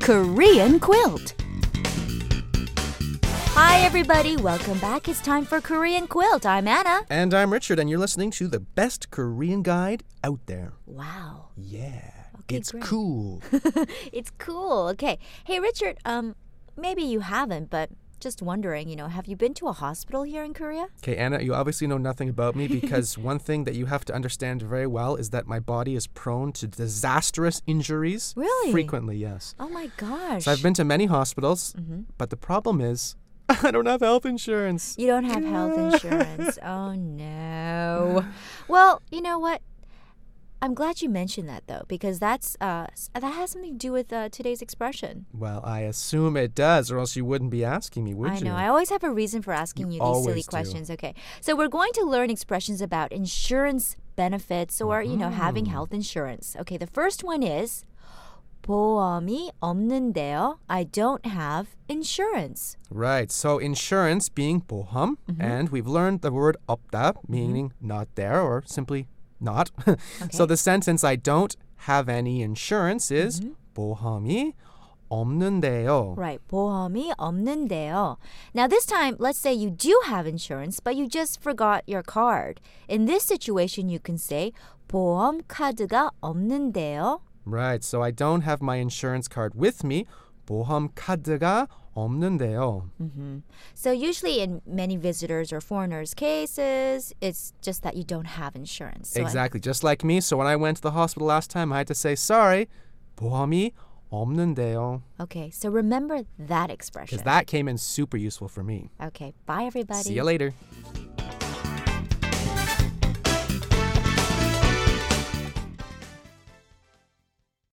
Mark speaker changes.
Speaker 1: Korean quilt.
Speaker 2: Hi, everybody. Welcome back. It's time for Korean Quilt. I'm Anna.
Speaker 3: And I'm Richard, and you're listening to the best Korean guide out there.
Speaker 2: Wow.
Speaker 3: Yeah,
Speaker 2: Okay,
Speaker 3: it's
Speaker 2: great.
Speaker 3: cool.
Speaker 2: It's cool. Okay. Hey, Richard, um, maybe you haven't, but just wondering, you know, have you been to a hospital here in Korea?
Speaker 3: okay, Anna, you obviously know nothing about me because one thing that you have to understand very well is that my body is prone to disastrous injuries.
Speaker 2: Really?
Speaker 3: Frequently, yes.
Speaker 2: Oh my gosh.
Speaker 3: So I've been to many hospitals,
Speaker 2: Mm-hmm.
Speaker 3: but the problem is I don't have health insurance.
Speaker 2: You don't have health insurance. Oh no. Well, you know what? I'm glad you mentioned that though, because that's uh, s- that has something to do with uh, today's expression.
Speaker 3: Well, I assume it does, or else you wouldn't be asking me, would
Speaker 2: I
Speaker 3: you?
Speaker 2: know. I always have a reason for asking you, these silly
Speaker 3: always do.
Speaker 2: questions. Okay. So we're going to learn expressions about insurance benefits or, you know, having
Speaker 3: Mm-hmm.
Speaker 2: health insurance. Okay. The first one is 보험이 없는데요. I don't have insurance.
Speaker 3: Right. So insurance being boham,
Speaker 2: Mm-hmm.
Speaker 3: and we've learned the word opta, meaning not there or simply not. So the sentence I don't have any insurance is 보험이 없는데요.
Speaker 2: Mm-hmm. Right. 보험이 없는데요. Now this time, let's say you do have insurance, but you just forgot your card. In this situation, you can say 보험 카드가 없는데요.
Speaker 3: Right. So I don't have my insurance card with me. 보험 카드가 없는데요.
Speaker 2: Mm, So usually in many visitors or foreigners cases, it's just that you don't have insurance. So I-
Speaker 3: Exactly. Just like me. So when I went to the hospital last time, I had to say sorry. 보험이 없는데요.
Speaker 2: okay, so remember that expression.
Speaker 3: Because that came in super useful for me.
Speaker 2: okay, bye everybody.
Speaker 3: See you later.